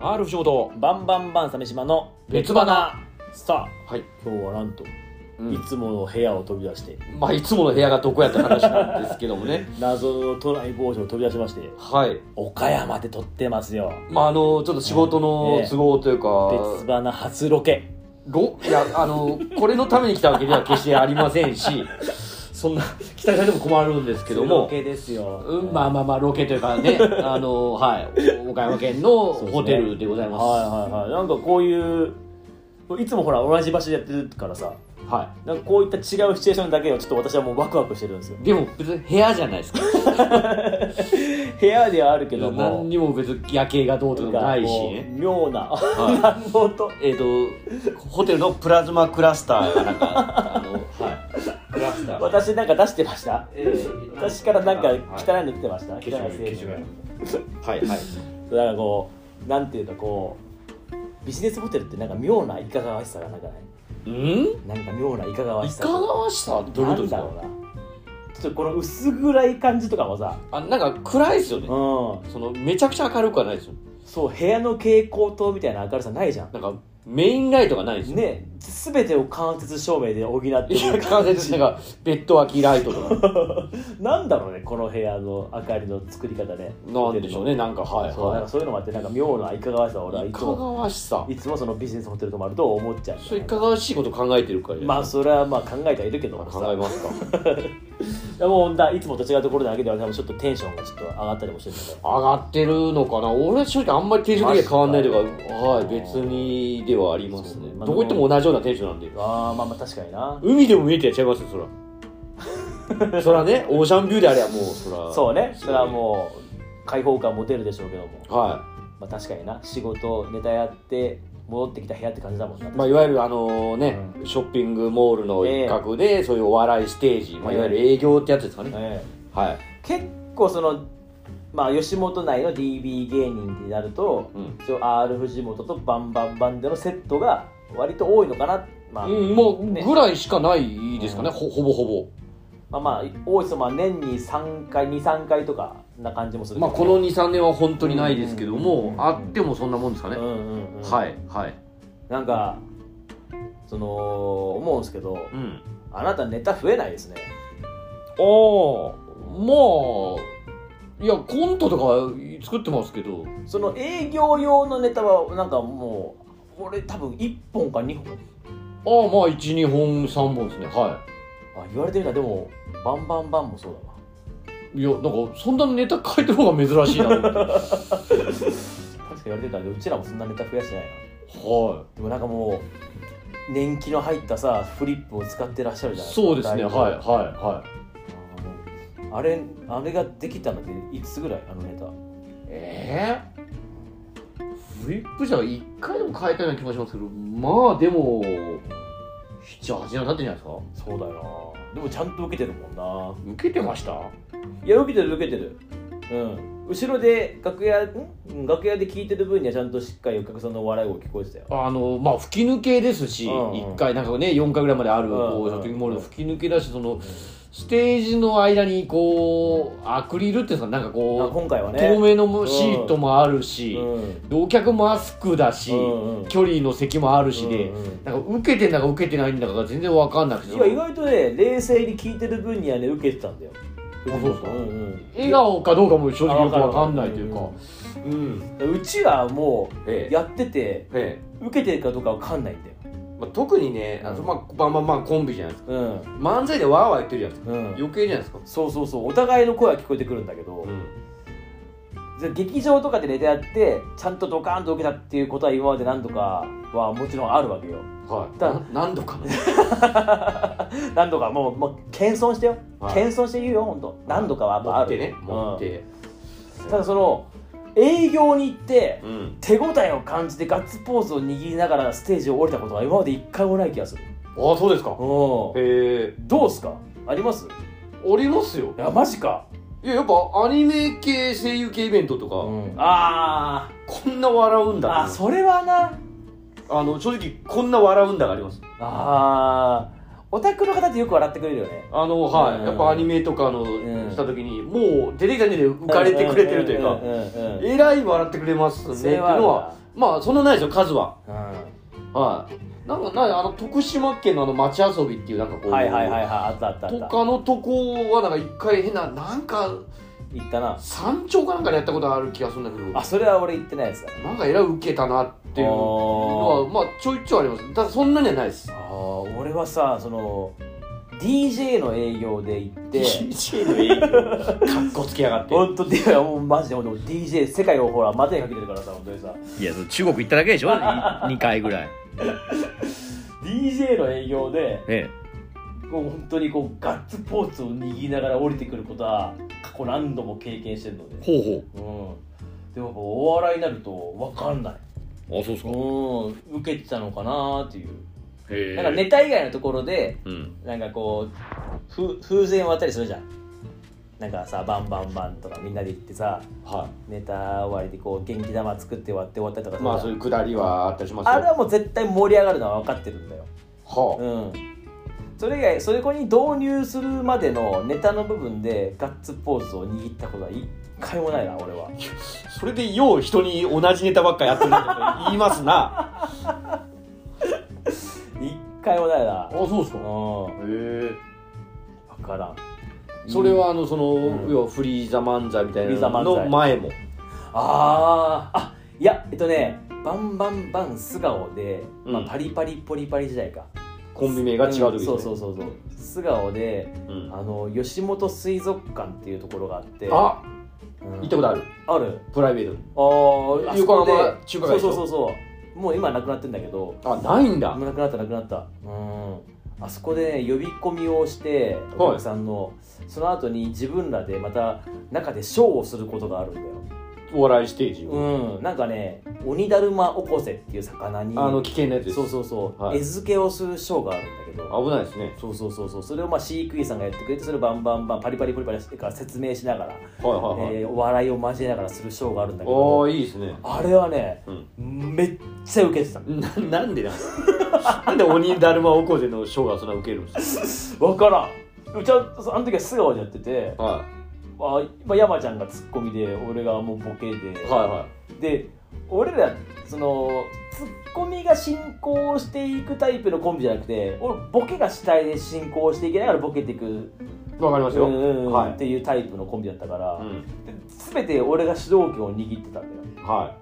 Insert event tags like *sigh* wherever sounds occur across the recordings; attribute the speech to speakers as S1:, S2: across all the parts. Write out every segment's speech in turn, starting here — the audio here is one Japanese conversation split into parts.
S1: アール不浄道
S2: バンバンバン鮫島の
S1: 別花
S2: さあ
S1: はい、
S2: 今日はなんと、
S1: うん
S2: いつもの部屋を飛び出して
S1: まあいつもの部屋がどこやって話なんですけどもね
S2: 謎の都内某所を飛び出しまして
S1: *laughs* はい
S2: 岡山で撮ってますよ
S1: まああのちょっと仕事の都合という
S2: 別
S1: か、
S2: 花初ロケ
S1: ロいやあのこれのために来たわけでは決してありませんし *laughs* そんな期待されても困るんですけど
S2: ロ
S1: も
S2: ケですよ、
S1: うん、まあまあまあロケというか *laughs* ねあのはい岡山県の
S2: そうですね
S1: ホテルでございます
S2: はいはいはいなんかこういういつもほら同じ場所でやってるからさ
S1: は
S2: なんかこういった違うシチュエーションだけをちょっと私はもうワクワクしてるんですよ
S1: いでも別に部屋じゃない *laughs* ですか
S2: 部屋ではあるけど
S1: 何
S2: も
S1: にも別に夜景がどうとかもないし
S2: こ
S1: ね
S2: う妙な、
S1: はい
S2: *laughs* 何の音
S1: えっ、とホテルのプラズマクラスターがなんかあのはいクラスター
S2: 私なんか出してました
S1: えー
S2: 私からなんか
S1: はい
S2: 汚いの出てました、
S1: 消
S2: 汚い
S1: しゴ
S2: 成
S1: ム消し
S2: 分
S1: ゴムはいはい
S2: そうだからこうなんていうかこうビジネスホテルってなんか妙ないかがわしさがなんかない
S1: うん
S2: なんか妙ないかがわ
S1: い
S2: しさ
S1: かがわしたってどういうことです
S2: な
S1: か
S2: んだろうなちょっとこの薄暗い感じとかもさ
S1: あなんか暗いですよね
S2: うん
S1: そのめちゃくちゃ明るくはないですよ
S2: そう部屋の蛍光灯みたいな明るさないじゃん
S1: なんかメインライトがないですよ
S2: ね全てを間接照明で補って
S1: いや
S2: る
S1: 完全になんかベッド脇ライトと *laughs* か
S2: なんだろうねこの部屋の明かりの作り方ね
S1: なんでしょうねなんかはい
S2: そうなん
S1: は
S2: かそういうのもあってなんか妙ないかがわしさを俺はい
S1: い
S2: つ
S1: かが
S2: も
S1: わしさ
S2: いつもそのビジネスホテル泊まると思っちゃう
S1: そういかがわしいこと考えてるからじゃない
S2: まあそれはまあ考えてはいるけどもさ
S1: 考えますか
S2: いやもうほんといつもと違うところだけでは多分ちょっとテンションがちょっと上がったりもしてるんだ
S1: 上がってるのかな俺は正直あんまりテンション的には変わんないというかはい別にではあります
S2: そう
S1: ね
S2: ねまあ
S1: どこ行っても同じようなテンションなんで
S2: けどああまあまあ確かにな
S1: 海でも見えてやっちゃいますよそら *laughs* そらねオーシャンビューであればもうそら
S2: そうねそれはもう開放感持てるでしょうけども
S1: は
S2: まあ確かにな仕事ネタやって戻ってきた部屋って感じだもんない
S1: まあ、いわゆるあのね、ショッピングモールの一角で、そういうお笑いステージ、まあ、
S2: ええ
S1: いわゆる営業ってやつですかね、
S2: ええ
S1: はい、
S2: 結構そのまあ吉本内の DB 芸人ってなると、
S1: うん
S2: そう R 藤本とバンバンバンでのセットが割と多いのかなまあ、
S1: うん、もう
S2: ね
S1: ぐらいしかないですかね、ほほぼほぼ
S2: まあまあ多い人は年に3回23回とかな感じもするけ
S1: ま
S2: ど
S1: あ、この23年は本当にないですけど
S2: うんうん
S1: も
S2: うんうん
S1: あってもそんなもんですかね、
S2: うんうんうん、
S1: はいはい、
S2: なんかその思うんですけど
S1: うん、
S2: あなたネタ増えないですね
S1: ああまあいやコントとか作ってますけど
S2: その営業用のネタはなんかもう俺多分1本か2本
S1: ああまあ12本3本ですねは
S2: あ言われてみたらでもバンバンバンもそうだわ
S1: いいやなんかそんなネタ書いた方が珍しいなと思って
S2: 確か言われてみたらうちらもそんなネタ増やしてないな
S1: は
S2: でもなんかもう年季の入ったさフリップを使ってらっしゃ
S1: *laughs*
S2: る
S1: い
S2: じゃない
S1: そうですね
S2: だ
S1: はい
S2: ぶ
S1: はいはい
S2: あれあれができたのっていつぐらいあのネタ
S1: ええフリップじゃ1回でも書いたような気もしますけどまあでも78年は経ってんじゃないですか
S2: そうだよなでもちゃんと受けてるもんな
S1: 受けてました
S2: いや受けてる受けてるうん後ろで楽屋んうん楽屋で聞いてる分にはちゃんとしっかりお客さんの笑い声聞こえてたよ
S1: あのまあ吹き抜けですし、一
S2: うんうん
S1: 1回なんかね4回ぐらいまである、こ
S2: うんう
S1: うんショッピングモールの吹き抜けだしその、ステージの間にこうアクリルっていうんですかなんか
S2: あ
S1: こ
S2: 今回は
S1: う、
S2: ね
S1: 透明のシートもあるし、
S2: うん
S1: でお客マスクだし、
S2: うんうん
S1: 距離の席もあるしで、
S2: うんうん
S1: なんか受けてんだか受けてないんだかが全然わかんなくて
S2: いや意外とね冷静に聞いてる分にはね受けてたんだよ
S1: あそうですか
S2: んうん
S1: 笑顔かどうかも正直よく
S2: あ
S1: わ
S2: わ
S1: か
S2: か
S1: ん
S2: る
S1: ないというかうん、
S2: うちはも
S1: え
S2: うやってて
S1: え
S2: 受けてるかどうかわかんないんだよ
S1: まあ、特にね
S2: あの
S1: まあ、まあまあまあコンビじゃないですか
S2: うん
S1: 漫才でわーわー言ってるじゃないです
S2: うん
S1: 余計じゃないですか
S2: そうそうそうお互いの声は聞こえてくるんだけど、
S1: ん
S2: じゃあ劇場とかでネタやってちゃんとドカーンと受けたっていうことは今まで何度かはもちろんあるわけよ
S1: はい
S2: だ
S1: 何度かね
S2: 何度かもうもう謙遜してよ、
S1: はい
S2: 謙遜して言うよ本当何度かはやっ *laughs* ぱある
S1: 持って
S2: うんただその営業に行って、
S1: うん
S2: 手応えを感じてガッツポーズを握りながらステージを降りたことは今まで一回もない気がする
S1: ああそうですか
S2: うん
S1: へえ
S2: どうすかあります
S1: ありますよ
S2: いやマジか、
S1: いややっぱアニメ系声優系イベントとか、
S2: あ
S1: こんな笑うん
S2: ー
S1: だ
S2: あそれはな
S1: あの正直こんな笑うんだがあります
S2: あーオタクの方ってよく笑ってくれるよね
S1: あのはい、
S2: うん
S1: やっぱアニメとかの、
S2: ん
S1: した時にもう出てきた時点で浮かれてくれてるというか、
S2: んんんんん
S1: えらい笑ってくれますねっていうのはまあそんなないですよ数は
S2: う
S1: はいなんかないあの徳島県のあの町遊びっていうなんかこう、
S2: ん、はいはいはいはいあったあったあっ
S1: と
S2: た
S1: かのとこはなんか一回変ななんか
S2: 行ったな
S1: 山頂かなんかでやったことある気がするんだけど
S2: あそれは俺行ってないやつだっ
S1: なんかえらいウケたなっていうのはまあちょいちょいありますただそんなにはないです
S2: あー俺はさその DJ の営業で行って
S1: の営業かっこつけやがっ
S2: 本当でいやもうマジでほんと DJ 世界をほら股にかけてるからさ本当に
S1: *laughs*
S2: さ
S1: いや中国行っただけでしょ2 *laughs* 回ぐらい
S2: DJ の営業で
S1: え
S2: こう本当にこうガッツポーズを握りながら降りてくることは過去何度も経験してるので、
S1: ほうほ
S2: うん、でもやっぱお笑いになると分かんない
S1: あそうです
S2: うん受けてたのかなっていう
S1: へ
S2: なんかネタ以外のところで
S1: うん
S2: なんかこうふ風船割ったりするじゃんなんかさバンバンバンとかみんなで行ってさ
S1: は
S2: ネタ終わりでこう元気玉作って割って終わったりとか
S1: い
S2: さ、
S1: まあそういうくだりはあったりしますよ
S2: あれはもう絶対盛り上がるのは分かってるんだよ
S1: はあ
S2: うんそれ以外それこに導入するまでのネタの部分でガッツポーズを握ったことは一回もないな俺は
S1: それでよう人に同じネタばっかやってるってこと言いますなあ
S2: 一回もないな
S1: そうですかへ
S2: う
S1: え
S2: ん分からん
S1: それはあのその、
S2: うん
S1: 要はフリーザ漫才みたい
S2: フリーザ
S1: なの
S2: 漫才
S1: の前も
S2: あーあいやえっとねバンバンバン素顔で、まあ
S1: うん
S2: パリパリポリパリ時代か
S1: コンビ名が違う時
S2: ん
S1: ですね
S2: そうそうそうそう素顔で
S1: うん
S2: あの吉本水族館っていうところがあって
S1: あ
S2: うん
S1: 行ったことある
S2: ある
S1: プライベー
S2: あーあそこで
S1: 横浜中華街でし
S2: そ
S1: ょ
S2: うそうそうそうもう今なくなってんだけど
S1: トあないんだ
S2: もうなくなったなくなったうんあそこで、ね、呼び込みをしてお客さんの、その後に自分らでまた中でショーをすることがあるんだよ
S1: お笑いステージ、
S2: うんなんかね鬼だるまおこせっていう魚に
S1: あの危険なやつです
S2: そうそうそう、
S1: はい
S2: 餌付けをするショーがあるんだけど
S1: 危ないですね
S2: そうそうそうそうそれをまあ飼育員さんがやってくれてそれをバンバンバンパリパリポリパリしてから説明しながら、
S1: はいはいはい、
S2: えーお笑いを交えながらするショーがあるんだけ
S1: あ
S2: ど
S1: あいいですね
S2: あれはね
S1: うん
S2: めっちゃウケてた
S1: ななんでなん *laughs* なんで鬼だるまおこぜのショーがそんなウケるんです
S2: 分からんでもちゃんとあの時は素顔でやってて
S1: か、は
S2: あまあ山ちゃんがツッコミで俺がもうボケで、
S1: い、はいは
S2: で俺らそのツッコミが進行していくタイプのコンビじゃなくて俺ボケが主体で進行していきながらボケていく
S1: いわかりますよ
S2: うんうんうん
S1: はい
S2: っていうタイプのコンビだったから、
S1: うん
S2: で全て俺が主導権を握ってたんだよ
S1: は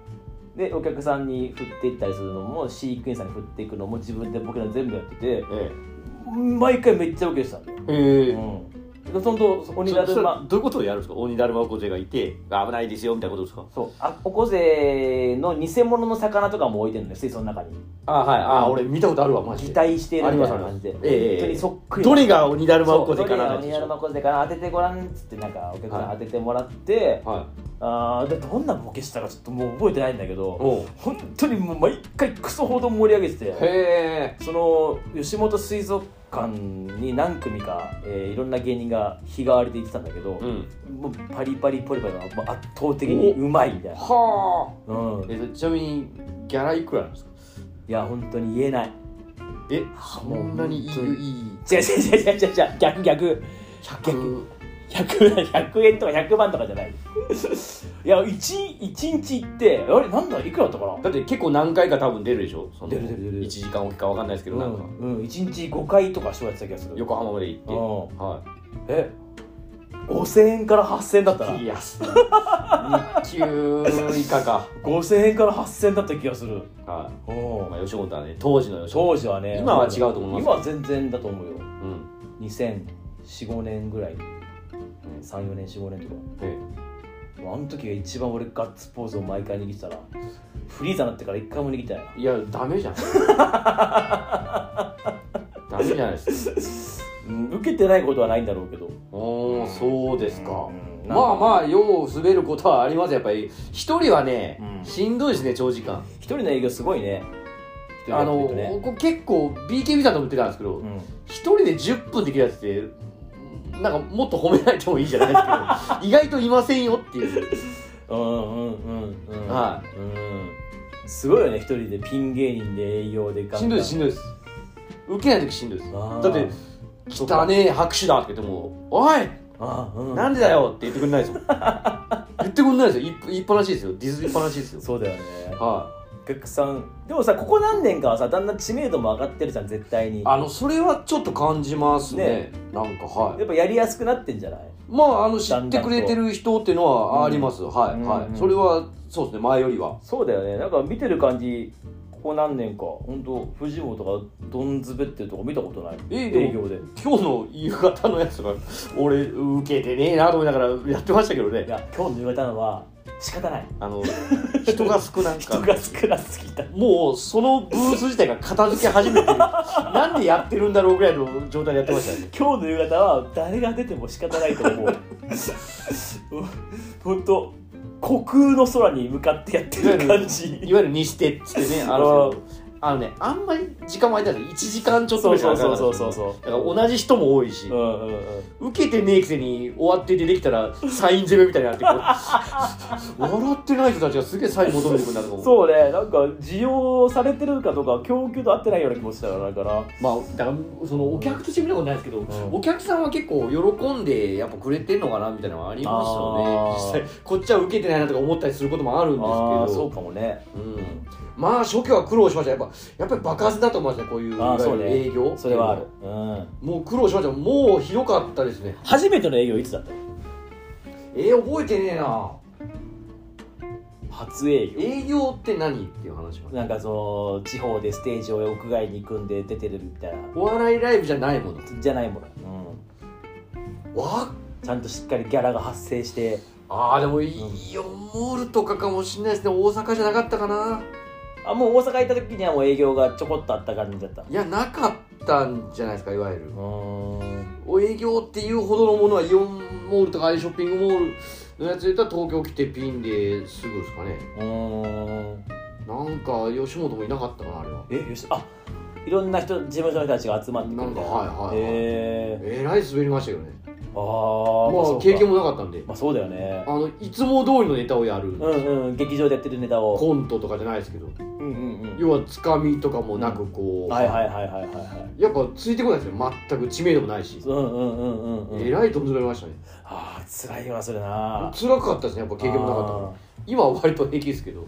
S2: でお客さんに振っていったりするのも飼育員さんに振っていくのも自分でボケの全部やってて
S1: いえ
S2: 毎回めっちゃウケてたんだよ、
S1: えへえ
S2: うん、でそのとそこにだるま
S1: そそれどういうことをやるんですか鬼だるまおこぜがいて危ないですよみたいなことですか
S2: そうあおこぜの偽物の魚とかも置いてるんだよ水槽の中に
S1: あはいあ俺見たことあるわマ
S2: 擬態してるみたいな感じで
S1: ありますありますええええ
S2: 本当にそっくり
S1: どれが鬼だるま
S2: そ
S1: お
S2: う
S1: こぜかな
S2: どれが鬼アルマコゼかな当ててごらんっつってなんかお客さん当ててもらって、
S1: はい
S2: あーでどんなボケしたかちょっともう覚えてないんだけど
S1: おう
S2: 本当にもう毎回クソほど盛り上げてて
S1: へえ
S2: その吉本水族館に何組か、えーいろんな芸人が日替わりで行ってたんだけど、
S1: うん
S2: もうパリパリポリパリがもう圧倒的にうまいみたいな、
S1: は
S2: うん、い
S1: あちなみにギャラいくらなんですか
S2: や本当に言えない
S1: え
S2: あ
S1: そ
S2: もうん
S1: なにい
S2: 本当
S1: い
S2: に
S1: いい
S2: 違う違う違う違う違う逆逆
S1: 100
S2: 100, 100円とか100万とかじゃないいや 1, 一日行ってあれなんだいくらだったかな
S1: だって結構何回か多分出るでしょその
S2: 出る出る出る
S1: 1時間おきか分かんないですけどなんか
S2: うん、うん、1日5回とかしょやってた気がする
S1: 横浜まで行って
S2: う
S1: は
S2: んえ5000円から8000円だったない
S1: いや安い日給以下か
S2: 5000円から8000円だった気がする
S1: は
S2: う
S1: いま
S2: ん
S1: あ吉本はね当時の吉本
S2: 当時はね
S1: 今は違うと思います
S2: 今は全然だと思うよ
S1: うん
S2: 2004年ぐらい34年45年とか
S1: え
S2: あの時が一番俺ガッツポーズを毎回握ってたらフリーザになってから一回も握ってないない
S1: やダメじ
S2: *laughs*
S1: ゃんダメじゃないですか
S2: うん受けてないことはないんだろうけど
S1: おおそうですか
S2: うん
S1: まあまあよう滑ることはありますやっぱり一人はね、
S2: うん
S1: しんどいですね長時間
S2: 一人の営業すごいね一人
S1: あ
S2: でや
S1: の、
S2: ってるとね
S1: ここ結構 BKB さんとも言ってたんですけど
S2: うん
S1: 一、人で10分できるやつってなんかもっと褒められてもいいじゃないですけ
S2: *laughs*
S1: ど意外といませんよっていう
S2: うんうんうんうん、
S1: はい
S2: うん、すごいよね一人でピン芸人で営業でガンガン
S1: しんどいですしんどいです受けない時しんどいです
S2: あー
S1: だって「汚ねえ拍手だ」って言っても「おい
S2: あうん
S1: なんでだよ!」って言って *laughs* くれないですよ言ってくれないですよ言い言いっぱなしですよディズニーっぱなしですよ
S2: そうだよね
S1: はい、
S2: 客さんでもさここ何年かはさだんだん知名度も上がってるじゃん絶対にや
S1: あのそれはちょっと感じますねなんかはい
S2: っぱやりやすくなってんじゃない
S1: まああの知ってくれてる人っていうのはあります、はい、
S2: うん
S1: は
S2: うん
S1: いそれはそうですね前よりは
S2: そうだよねなんか見てる感じここ何年か本当フジモンとかどんずべってるとこ見たことない
S1: えでも
S2: 営業で
S1: 今日の夕方のやつが俺受けてねえなと思いながらやってましたけど
S2: い
S1: ね
S2: や今日の夕方のは仕方ない
S1: あの人が少ないか
S2: 人
S1: ら
S2: が少なすぎた
S1: もうそのブース自体が片付け始めてるなんでやってるんだろうぐらいの状態でやってましたね
S2: 今日の夕方は誰が出ても仕方ないと思う *laughs* 本当虚空の空に向かってやってる感
S1: *laughs* い
S2: じ
S1: わゆるにしてっつってねあのあのねあんまり時間も空いてない1時間ちょっと
S2: そ
S1: ぐら
S2: う
S1: いしか
S2: そう
S1: 空か
S2: そ
S1: な
S2: う
S1: かった
S2: そうそうそう
S1: だから同じ人も多いし、
S2: うんうんうん
S1: 受けてねえくせに終わって出てきたらサイン攻めみたいになって
S2: *laughs*
S1: こう笑ってない人たちがすげえサイン求めてくるんだとか思う
S2: そうねなんか需要されてるかとか供給と合ってないような気もしたからだから
S1: まあだからそのお客として見たことないですけど、
S2: ん
S1: お客さんは結構喜んでやっぱくれてんのかなみたいなのはありますよ
S2: あー
S1: ね実際こっちは受けてないなとか思ったりすることもあるんですけ
S2: あ
S1: ど
S2: あそうかもね
S1: うん、まあ初期は苦労しましたやっぱやっぱり爆発だと思いますねこういうい
S2: あ
S1: わ
S2: あそう
S1: ゆる
S2: ね
S1: 営業
S2: それはある、うん、
S1: もう苦労しましたもうひどかったですね
S2: 初めての営業いつだったの
S1: えー、覚えてねえな
S2: 初営業
S1: 営業って何っていう話は
S2: なんかその地方でステージを屋外に組んで出てるみたいな
S1: お笑いライブじゃないもの
S2: じゃないもの、うん、
S1: わっ
S2: ちゃんとしっかりギャラが発生して
S1: あーでもイオンモールとかかもしれないですね大阪じゃなかったかな
S2: あもう大阪行った時にはもう営業がちょこっとあった感じだったう
S1: いやなかったんじゃないですかいわゆる
S2: ーん
S1: お営業っていうほどのものはイオンモールとかああいうショッピングモールのやつで言ったら東京来てピンですぐですかね
S2: うーん
S1: なんか吉本もいなかったかなあれは
S2: えよしあいろんな人事務所の人たちが集まってくるみたい
S1: なん
S2: な
S1: かはいはいはい
S2: へえ
S1: えらい滑りましたけどね
S2: あー
S1: まあ
S2: そうか
S1: 経験もなかったんで
S2: まあそうだよね
S1: あのいつも通りのネタをやる
S2: うんうん劇場でやってるネタを
S1: コントとかじゃないですけど
S2: うんうんうん
S1: 要はつかみとかもなくこう
S2: はいはいはいはいはいはい
S1: やっぱついてこないですよ全く知名度もないし
S2: うんうんうんうんうん
S1: えらい飛んずられましたね
S2: あー辛いわそれな
S1: 辛かったですねやっぱ経験もなかったから今は割と平気ですけど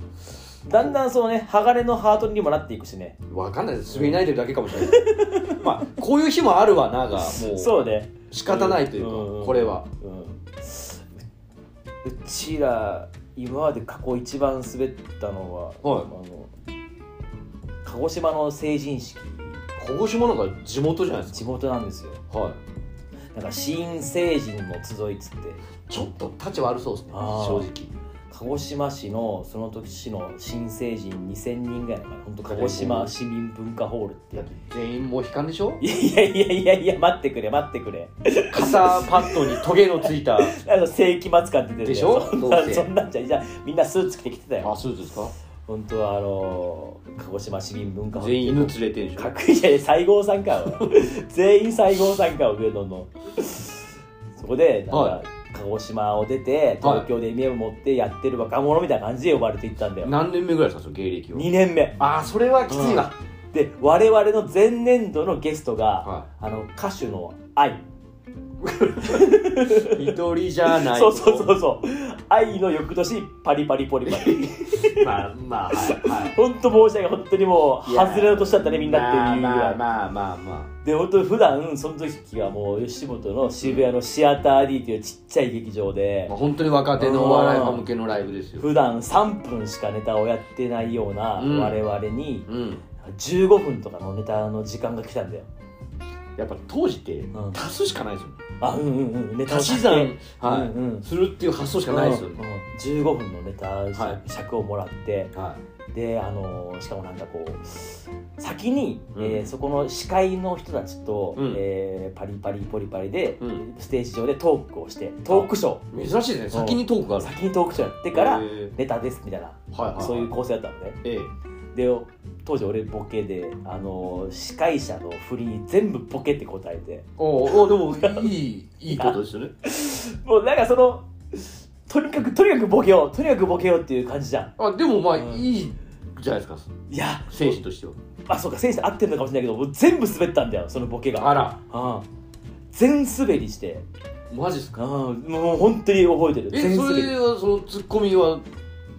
S2: ただんだんそうね鋼のハートにもなっていくしね
S1: わかんないです滑り慣れてるだけかもしれない *laughs* まあこういう日もあるわな *laughs* がもう
S2: そうね
S1: 仕方ないというか、
S2: うんうん
S1: これは
S2: うんうちら今まで過去一番滑ったのは、
S1: はい
S2: あの鹿児島の成人式
S1: 鹿児島なんか地元じゃないです
S2: 地元なんですよ
S1: かはい
S2: なんか新成人の集いっつって
S1: ちょっと立ち悪そうですね
S2: あー
S1: 正直
S2: 鹿児島市のその時の新成人2000人ぐらいのかな本当鹿児島市民文化ホールってい
S1: だっ
S2: う
S1: て全員もう悲観でしょ
S2: いやいやいやいや待ってくれ待ってくれ
S1: 傘パッドにトゲのつ *laughs* いた
S2: あの世紀末感出てるよ
S1: でしょ
S2: そんな
S1: どうせ
S2: そんなんじゃじゃあみんなスーツ着てきてたよ
S1: あスーツですか
S2: 本当はあの鹿児島市民文化ホール
S1: 全員犬連れてるでし
S2: かっ
S1: ょ
S2: こいいじゃない西郷さんか
S1: *laughs*
S2: おい全員西郷さんか上野のそこでなんか、
S1: は
S2: 鹿児島を出て東京で m を持ってやってる若者みたいな感じで呼ばれていったんだよ、
S1: 何年目ぐらいですかその芸歴を
S2: 2年目
S1: ああそれはきついわ、
S2: で我々の前年度のゲストが、
S1: は
S2: あの歌手の愛
S1: い一人じゃない
S2: そうそうそうそう愛の翌年パリパリポリパ
S1: *laughs*
S2: リ
S1: まあまあはい、はい
S2: 本当申し訳ない本当にもう
S1: いやー
S2: 外れの年だったねみんなっていうぐら
S1: まあ
S2: い、
S1: まあまあま
S2: で本当に普段その時はもう吉本の渋谷のシアター D っていうちっちゃい劇場
S1: あ、
S2: で
S1: まあ、本当に若手のお笑いファン向けのライブですよ
S2: 普段3分しかネタをやってないような
S1: うん
S2: 我々に
S1: うん
S2: 15分とかのネタの時間が来たんだよ
S1: やっぱ当時って
S2: ん
S1: 足すしかないですよ、
S2: あうんうんうんネタを
S1: 足し算、はい
S2: うんうん
S1: するっていう発想しかないですよね、
S2: うんうん15分のネタ尺,、
S1: は
S2: をもらって
S1: は
S2: であのーしかもなんかこう先に、
S1: うん
S2: えーそこの司会の人たちと、
S1: うん
S2: えーパリパリポリパリで、
S1: うん
S2: ステージ上でトークをしてトークショー
S1: い、珍しいですね先にトークがある
S2: 先にトークショーやってから
S1: へー
S2: ネタですみたいな、
S1: はいはいはい
S2: そういう構成だったのね
S1: ええ
S2: で当時俺ボケで、あのー司会者の振りに全部ボケって答えて
S1: おうおうでもいいいいことですよね
S2: もうなんかそのとにかくとにかくボケようとにかくボケようっていう感じじゃん
S1: あでもまあ、
S2: うん
S1: いいじゃないですか
S2: いや
S1: 精神としては
S2: あそうか選手合ってるのかもしれないけどもう全部滑ったんだよそのボケが
S1: あら
S2: うん全滑りして
S1: マジっすか
S2: うんもう本当に覚えてる
S1: え
S2: 全
S1: そ
S2: 滑り
S1: れはそのツッコミはい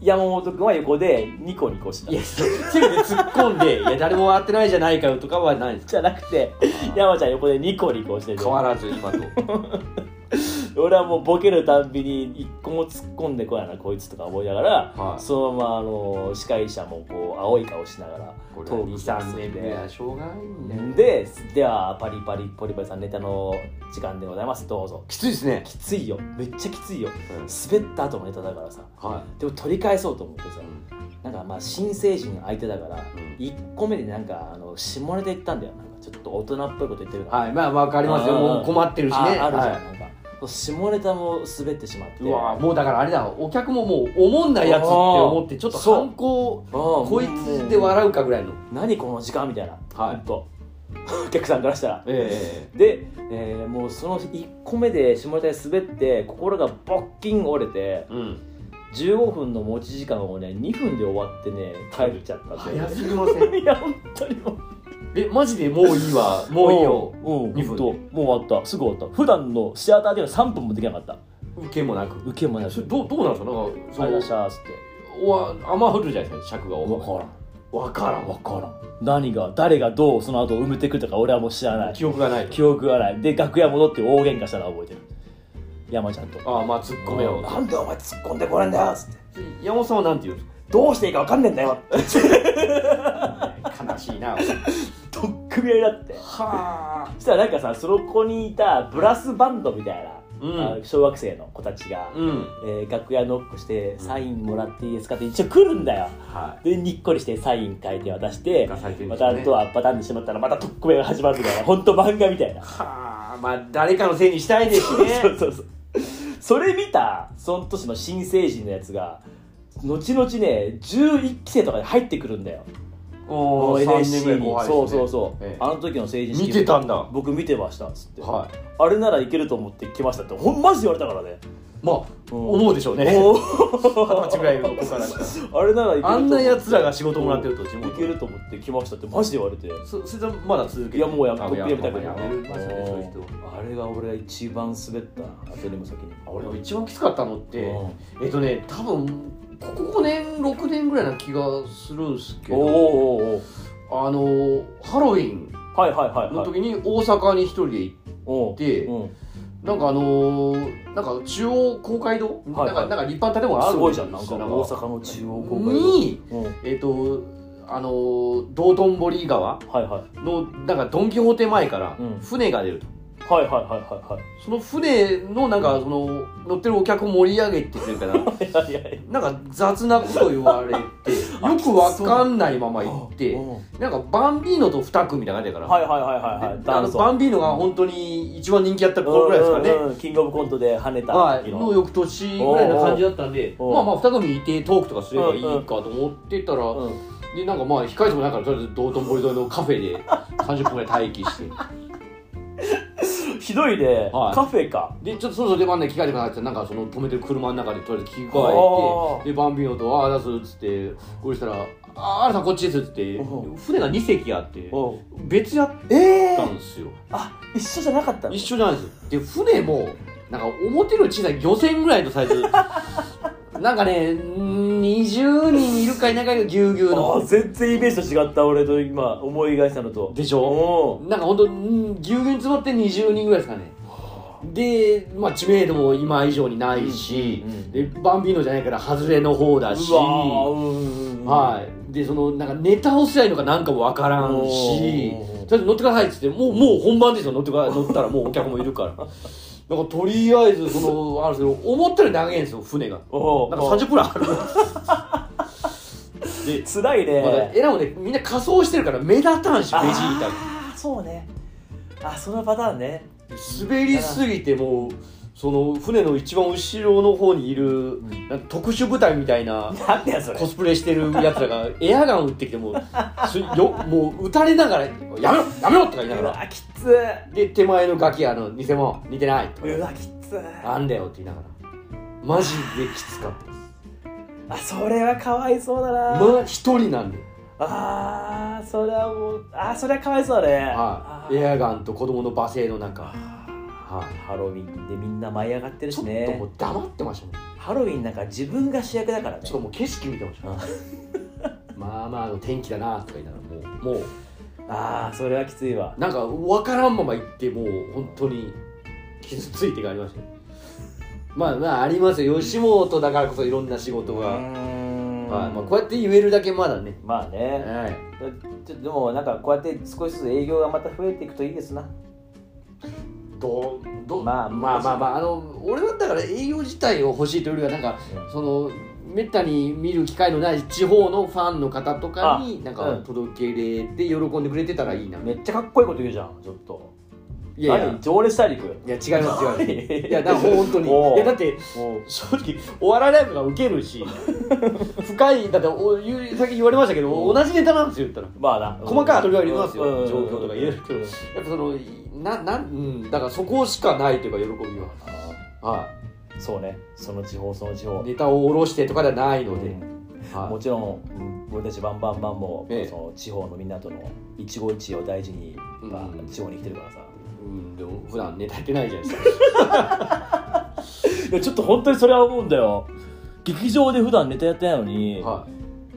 S2: 山本君は横でニコニコしてた
S1: いやそっちで突っ込んで「いや誰も笑ってないじゃないかよ」とかはないんです
S2: じゃなくて山ちゃん横でニコニコしてて
S1: 変わらず *laughs* 今と
S2: 俺はもうボケるたんびに一個も突っ込んでこやなこいつとか思いながら、
S1: はい
S2: そのままあの司会者もこう青い顔しながら
S1: これ
S2: トークしてます
S1: 23
S2: ん
S1: 年目はしょうがないんだよね
S2: でではパリパリポリパリさんネタの時間でございますどうぞ
S1: きついですね
S2: きついよめっちゃきついよ
S1: うん
S2: 滑った後のネタだからさ
S1: は
S2: でも取り返そうと思ってさ
S1: いうん
S2: なんかまあ新成人相手だから
S1: うん
S2: 1個目でなんかあの下ネタ言ったんだよなんかちょっと大人っぽいこと言ってるから、
S1: はいまあわかりますよ
S2: うん
S1: もう困ってるしね
S2: ああるじゃん、
S1: はい
S2: なんか下ネタも滑ってしまって
S1: うわもうだからあれだお客ももうおもんないやつって思ってちょっと反抗こ
S2: こ
S1: いつで笑うかぐらいの
S2: 何この時間みたいな、
S1: はい
S2: ほんと *laughs* お客さんからしたら
S1: え
S2: で、えーもうその1個目で下ネタで滑って心がボッキン折れて
S1: えうん
S2: 15分の持ち時間をね2分で終わってね帰っちゃったんだよ
S1: 早
S2: ね
S1: すぎません
S2: いや本当にもう
S1: えマジでもういいわもういいよ
S2: うん
S1: 2分
S2: ほんともう終わったすぐ終わった普段のシアターでは3分もできなかった
S1: 受けもなく
S2: 受けもなく
S1: それどうどうなんですかなんか
S2: ありがとうございまし
S1: その
S2: たっつって
S1: おわ余るじゃないですか尺が
S2: 分からん
S1: わからん
S2: 分からん何が誰がどうその後埋めてくとか俺はもう知らない
S1: 記憶がない
S2: 記憶がないで楽屋戻って大喧嘩したのは覚えてる山ちゃんと
S1: ああまあ突っ込めよ
S2: なんでお前突っ込んでこれんだよっつって
S1: 山本さんはなんて言うんです
S2: どうしていいか分かんねえんだよ *laughs*
S1: か悲しいな
S2: とっくみ合いだって *laughs*
S1: はあ
S2: そしたらなんかさその子にいたブラスバンドみたいな、
S1: うん
S2: あの小学生の子たちが、
S1: うん
S2: えー楽屋ノックしてサインもらっていいですかって一応来るんだよ
S1: は
S2: でにっこりしてサイン書いて渡して
S1: 出されてるんで
S2: ます
S1: ね
S2: たあとはパタンでしまったらまたとっくみ合いが始まるみたいな本当漫画みたいな
S1: いはあまあ誰かのせいにしたいですね
S2: *laughs* そうそうそうそれ見たその年の新成人のやつが後々ね11期生とかで入ってくるんだよ
S1: おお
S2: NSC に、そうそう
S1: う
S2: そう、
S1: ええ
S2: あの時の成人式
S1: 見てたんだは
S2: 僕見てましたっつって、
S1: い
S2: あれならいけると思って来ましたってほんマジで言われたからね
S1: まあ
S2: うん
S1: 思うでしょうね
S2: お
S1: 二十歳ぐらいの子から
S2: あれならいけると
S1: *laughs* あんなやつらが仕事もらってると自
S2: い
S1: 分
S2: けると思って来ましたってマジで言われて
S1: そそれとまだ続けて
S2: いやもうやっ
S1: あ
S2: とっやめたく
S1: や
S2: ない
S1: めますよねそういう人
S2: あれが俺一番滑ったな後にも先にも
S1: あ俺も一番きつかったのって
S2: うん
S1: えっとね多分ここ5年6年ぐらいな気がするんですけ
S2: お
S1: ど
S2: ーおーお
S1: あのハロウィン
S2: ーはいはいはい
S1: の
S2: はい
S1: 時に大阪に一人で行
S2: お
S1: っ
S2: う
S1: て、
S2: うん
S1: なんかあのーなんか中央公会堂、
S2: はいはい
S1: なんかなんか立派な建物ある
S2: すごいじゃんなんか
S1: なん
S2: 大阪の中央公会堂
S1: に
S2: うん
S1: えっ、とあのー道頓堀川
S2: はいはい
S1: のなんかドン・キホーテ前から
S2: うん
S1: 船が出ると、
S2: はいはいはい
S1: その船のなんかその乗ってるお客を盛り上げてというかな
S2: はいはいはいはい
S1: なんか雑なこと言われて
S2: *laughs*
S1: よくわかんないまま行って
S2: うん
S1: なんかバンビーノと2組みたいな感じだから、
S2: はいはいはいはいはい
S1: であのバンビーノが本当に一番人気やった頃ぐらいですかね、
S2: うんうんうんキングオブコントで跳ねた
S1: はい、
S2: 時
S1: の翌年ぐらいな感じだったんで
S2: おうおう
S1: まあまあ2組いてトークとかすればいいかと思ってたら、
S2: うん
S1: でなんかまあ控えてもないからとりあえず道頓堀沿いのカフェで30分ぐらい待機して
S2: ひどいね、
S1: はい
S2: カフェか
S1: でちょっとそろそろ出番で着替えてもらってなんかその止めてる車の中でとりあえず着替
S2: お
S1: え
S2: う
S1: てでバンビーノと「ああ出す」っつってこれしたら「ああ新さんこっちです」っつって
S2: おう
S1: 船が2隻あって
S2: お
S1: 別やっ
S2: ええ
S1: たんですよ
S2: あ一緒じゃなかったの
S1: 一緒じゃないですよで船もなんか表の小さい漁船ぐらいのサ *laughs* イズなんかねん20人いるかいないかがぎゅうぎゅう
S2: あ
S1: の
S2: ー全然イメージと違った俺と今思い返したのと
S1: でしょ
S2: おー
S1: なんかほんとんぎゅうぎゅうに詰まって20人ぐらいですかねで、まあ、知名度も今以上にないし、
S2: うんうんうん
S1: でバンビーノじゃないから外れの方だし
S2: うわーうんうんうん
S1: はい、でそのなんかネタをすりゃいいのかなんかもわからんし
S2: おー
S1: とりあえず乗ってくださいっつってもうもう本番ですよ乗ってくだ乗ったらもうお客もいる
S2: *laughs*
S1: からなんかとりあえずそのあるんですけど思ったより長いんですよ船が
S2: お
S1: なんか30分あ
S2: *laughs*
S1: る
S2: 分つらいね、
S1: まだえらもねみんな仮装してるから目立たんしベジータ
S2: あーそうねあそのパターンね
S1: が滑りすぎてもうその船の一番後ろの方にいる
S2: ん
S1: なんか特殊部隊みたいな
S2: なんだよそれ
S1: コスプレしてるやつらがエアガン撃ってきてもうすよもう撃たれながら「やめろやめろ!」とか言いなが
S2: う
S1: ら
S2: わきつう
S1: で手前のガキあの偽物似てないとか
S2: わきつ
S1: なんだよって言いながらマジできつかったです
S2: あそれはかわいそうだな、
S1: まあ一人なんで、
S2: あーそれはもうあーそれはかわいそうだねあ
S1: はい、
S2: ー
S1: エアガンと子供の罵声の中、
S2: あ
S1: は
S2: ーハロウィンでみんな舞い上がって
S1: い、
S2: る
S1: ちょ
S2: し
S1: っと
S2: ね
S1: もう黙ってましたもん
S2: ハロウィンなんか自分が主役だからね
S1: ちょっともう景色見てほしい
S2: うん
S1: まあまあの天気だなとか言いながらもうもう
S2: ああそれはきついわ
S1: なんか分からんまま行ってもう本当に傷ついて帰りましたねまあまあありますよ吉本だからこそいろんな仕事が、はいまあ、こうやって言えるだけまだね
S2: まあね
S1: はい
S2: ちょっとでもなんかこうやって少しずつ営業がまた増えていくといいですな
S1: どうどう
S2: まあ
S1: まあまあまああの俺はだから営業自体を欲しいというよりはなんか、
S2: うん
S1: そのめったに見る機会のない地方のファンの方とかに
S2: あ
S1: なん
S2: う
S1: か
S2: ん
S1: 届けれて喜んでくれてたらいいな、い
S2: めっちゃかっこいいこと言うじゃんちょっと
S1: やいや
S2: 何情熱大陸
S1: いや違います違
S2: *laughs*
S1: いますいやだから本当に
S2: おう
S1: いやだって
S2: *laughs* もう
S1: 正直お笑いライブがウケる *laughs* し深いだってお言うさっき言われましたけど同じネタなんですよ言ったら
S2: まあな
S1: 細かいアドリブは入れますよ
S2: うん
S1: 状況とか入れるけど
S2: うん
S1: やっぱそのななんうんだからそこしかないというか喜びはは
S2: そうねその地方その地
S1: い
S2: 方
S1: ネタを下ろしてとかではないので、
S2: うん
S1: はい
S2: もちろん俺たちバンバンバンも
S1: ええ
S2: その地方のみんなとの一期一会を大事に
S1: うん
S2: まあ地方に来てるからさ
S1: うん、でも普段ネタやってないじゃないですか。
S2: いやちょっと本当にそれは思うんだよ劇場で普段ネタやってないのに
S1: は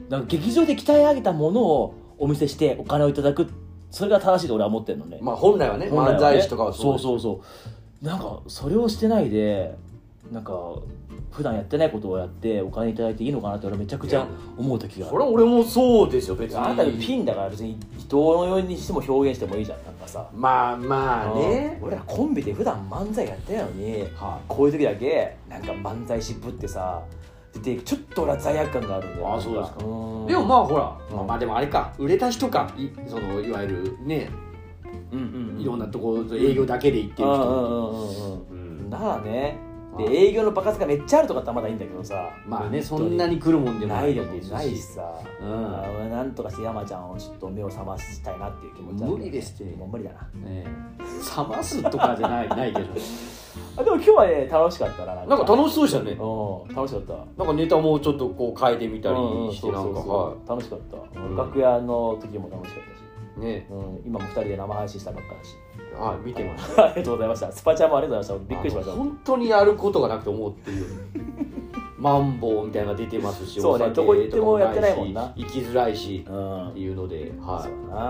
S2: なんか劇場で鍛え上げたものをお見せしてお金をいただくそれが正しいと俺は思ってるのね
S1: い。まあ本来はね、
S2: 本来はね
S1: 漫才師とかは
S2: そう
S1: う。
S2: そうそうなんかそれをしてないでなんか普段やってないことをやってお金いただいていいのかなって俺めちゃくちゃ思う時があ
S1: そ
S2: る
S1: れは俺もそうですよ、別に。
S2: あなたにピンだから別にどのようにしても表現してもいいじゃんなんかさ
S1: まあまあね。
S2: 俺らコンビで普段漫才やってないのに
S1: は
S2: こういう時だけなんか漫才師ぶってさ出てちょっと俺は罪悪感があるんだよ
S1: あそうですか
S2: で
S1: い。でもまあほら、
S2: うん
S1: まあまあでもあれか、売れた人か、いそのいわゆるね、
S2: うんうんうん
S1: いろんなとこ営業だけで行ってる
S2: うん
S1: 人。
S2: うんうんうん
S1: うん
S2: ならねで
S1: うん
S2: 営業のバカ数がめっちゃあるとかだったらまだいいんだけどさ
S1: まあね、そんなに来るもんでも
S2: ないでも
S1: し
S2: ないし。さ、
S1: うん
S2: あのなんとかして山ちゃんをちょっと目を覚ましたいなっていう気持ちあるよ
S1: 無理ですって
S2: もう無理だな
S1: ね冷ますとかじゃない、ないけ
S2: *laughs*
S1: ど。
S2: あでも今日はね楽しかったななん
S1: なんか楽しそうでしたね。
S2: うん楽しかった
S1: なんかネタもちょっとこう変えてみたり
S2: うんうん
S1: して、なんか、
S2: そうそうそう
S1: は
S2: 楽しかった、
S1: うん
S2: 楽屋の時も楽しかったし、
S1: い。ね、
S2: うん、今も2人で生配信したばっかだし
S1: はい、見てました。
S2: *laughs* ありがとうございましたスパチャもありがとうございましたびっくりしまし
S1: あ
S2: た
S1: の本当にやることがなくて思うっていう
S2: *laughs*
S1: マンボウみたいなのが出てますし
S2: そうね
S1: お酒
S2: どこ行ってもやってないもんな
S1: とかいし行きづらいし
S2: う
S1: って
S2: ん
S1: いうのでは
S2: そうだな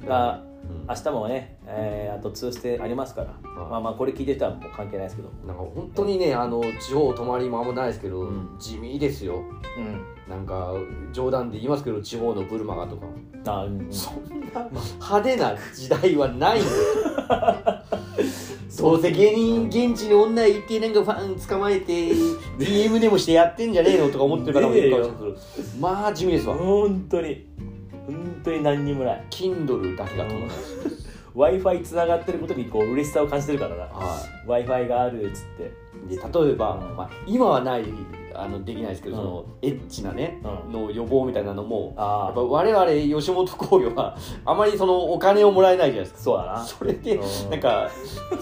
S2: だ
S1: い
S2: から
S1: うん
S2: 明日もね、えーあと2ステありますから、まあまあこれ聞いてる人はもう関係ないですけど、
S1: なんか本当にねあの地方泊まりもあんまないですけど、
S2: うん
S1: 地味ですよ
S2: うん
S1: なんか冗談で言いますけど地方のブルマガとか、
S2: あうん
S1: そんな派手な時代はないのよ
S2: *laughs*
S1: どうせ芸人現地に女行ってなんかファン捕まえて DM でもしてやってんじゃねえのとか思ってる方もいるかもしれないですけどまあ地味ですわ
S2: 本当に本当に何にもない
S1: Kindle だけだと
S2: *laughs*
S1: 思います
S2: w i f i つながってることにこう嬉しさを感じてるからな w
S1: は
S2: i f i があるっつって
S1: いで例えば、
S2: うん
S1: まあ、今はないあのできないですけど、そのエッチなね、
S2: うん
S1: の予防みたいなのもや
S2: あ
S1: っぱ我々吉本興業は *laughs* あまりそのお金をもらえないじゃないですか
S2: そうだな
S1: それで
S2: うん
S1: なんか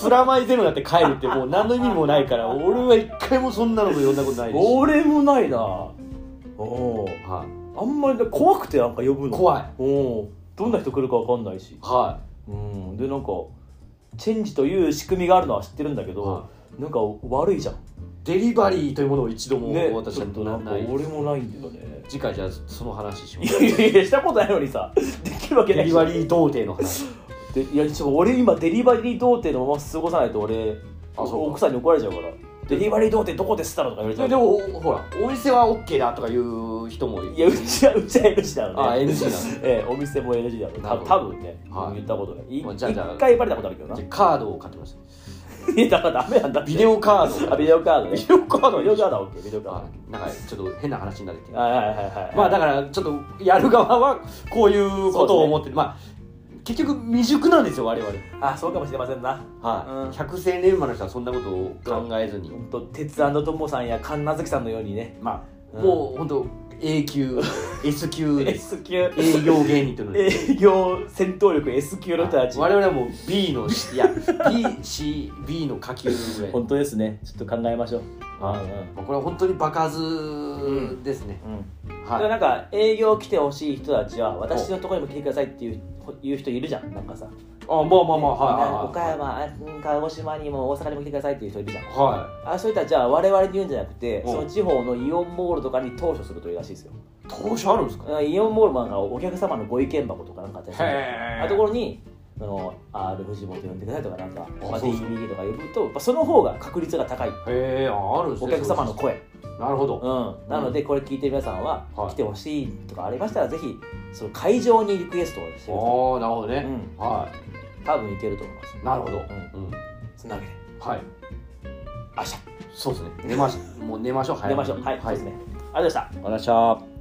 S1: プラマイゼロになって帰るってもう何の意味もない *laughs* から俺は一回もそんなのも呼んだことないですし、
S2: 俺もないなおー
S1: は
S2: あんまり怖くてなんか呼ぶ
S1: い、
S2: の
S1: 怖い
S2: おおどんな人来るか分かんないし
S1: は
S2: うんでなんかチェンジという仕組みがあるのは知ってるんだけど、
S1: は
S2: なんか悪いじゃん
S1: いデリバリーというものを一度も
S2: ね
S1: 私は
S2: ちょっとなんか
S1: ない
S2: 俺もないんだよね
S1: 次回じゃあその話しま
S2: い
S1: す
S2: やいやしたことないのにさできるわけ
S1: デ
S2: ない
S1: リ
S2: し
S1: バリー童貞の話
S2: でいやちょ俺今デリバリー童貞のまま過ごさないと俺
S1: あそう
S2: 奥さんに怒られちゃうからデリバリー童貞どこですったのとか言われちゃ
S1: で
S2: う
S1: でもおほらお店は OK だとかいう人もい
S2: いやうちはうちは NG だろ
S1: あ
S2: うね
S1: NG なんだ
S2: ええお店も NG だろう
S1: なる
S2: た
S1: ほど
S2: 多分ね、
S1: はい
S2: 言ったことないい
S1: まあじゃあじゃあ
S2: 一回バレたことあるけど
S1: *laughs*
S2: な
S1: じゃあカードを買ってまし
S2: いやだからダメなんだったて
S1: ビデオカード
S2: あビデオカードね
S1: *laughs* ビデオカード
S2: ビデオカードは OK ビデオカード
S1: あなんかちょっと変な話になるけど
S2: はいはいはいはい
S1: まあだからちょっとやる側はこういうことを思ってる、まあ結局未熟なんですよ我々
S2: あそうかもしれませんな
S1: はい、
S2: うん
S1: 百戦錬磨の人はそんなことを考えずに、
S2: ほんと鉄腕のともさんや神奈月さんのようにね
S1: まあ、
S2: うん
S1: もう本当 A *laughs* 級 S 級です *laughs*
S2: S 級
S1: 営業芸人と *laughs* いうので
S2: 営業戦闘力 S 級の人たち
S1: 我々はもう B のいや BCB の下級ぐ *laughs* らい、ま
S2: 本当ですねちょっと考えましょう
S1: はい
S2: うん
S1: あ、これは本当に場数ですね、
S2: うんだ
S1: は
S2: から
S1: い
S2: なんか営業来てほしい人たちは私のところにも来てくださいっていういう人いるじゃんなんかさ
S1: あまあまあまあはい
S2: 岡
S1: はいはい
S2: 山うん鹿児島にも大阪にも来てくださいっていう人いるじゃん
S1: は
S2: あそういったじゃあ我々に言うんじゃなくて
S1: うん
S2: その地方のイオンモールとかに投書するといいらしいですよ
S1: い投資あるんですか
S2: うんイオンモールもなんかお客様のご意見箱とかなんかあったりする
S1: へ
S2: あところにその R 藤本呼んでくださいとかなんか、まあ、
S1: そうそう
S2: DB とか呼ぶと、まあ、その方が確率が高い
S1: えへえあるんです
S2: お
S1: ね
S2: 客様の
S1: そう
S2: 声
S1: そうなるほど
S2: うん、なのでこれ聞いてる皆さんは
S1: はい
S2: 来てほしいとかありましたらぜひその会場にリクエストをしてくださ
S1: ああなるほど
S2: い、う
S1: ね
S2: ん、
S1: は
S2: 多分いけると思います
S1: いなるほどうん
S2: つなげて
S1: はい
S2: 明日
S1: そうですね寝ましもう寝ましょう早く
S2: 寝ましょうはい、
S1: はい
S2: そうですねありがとうございました
S1: ありがとうございました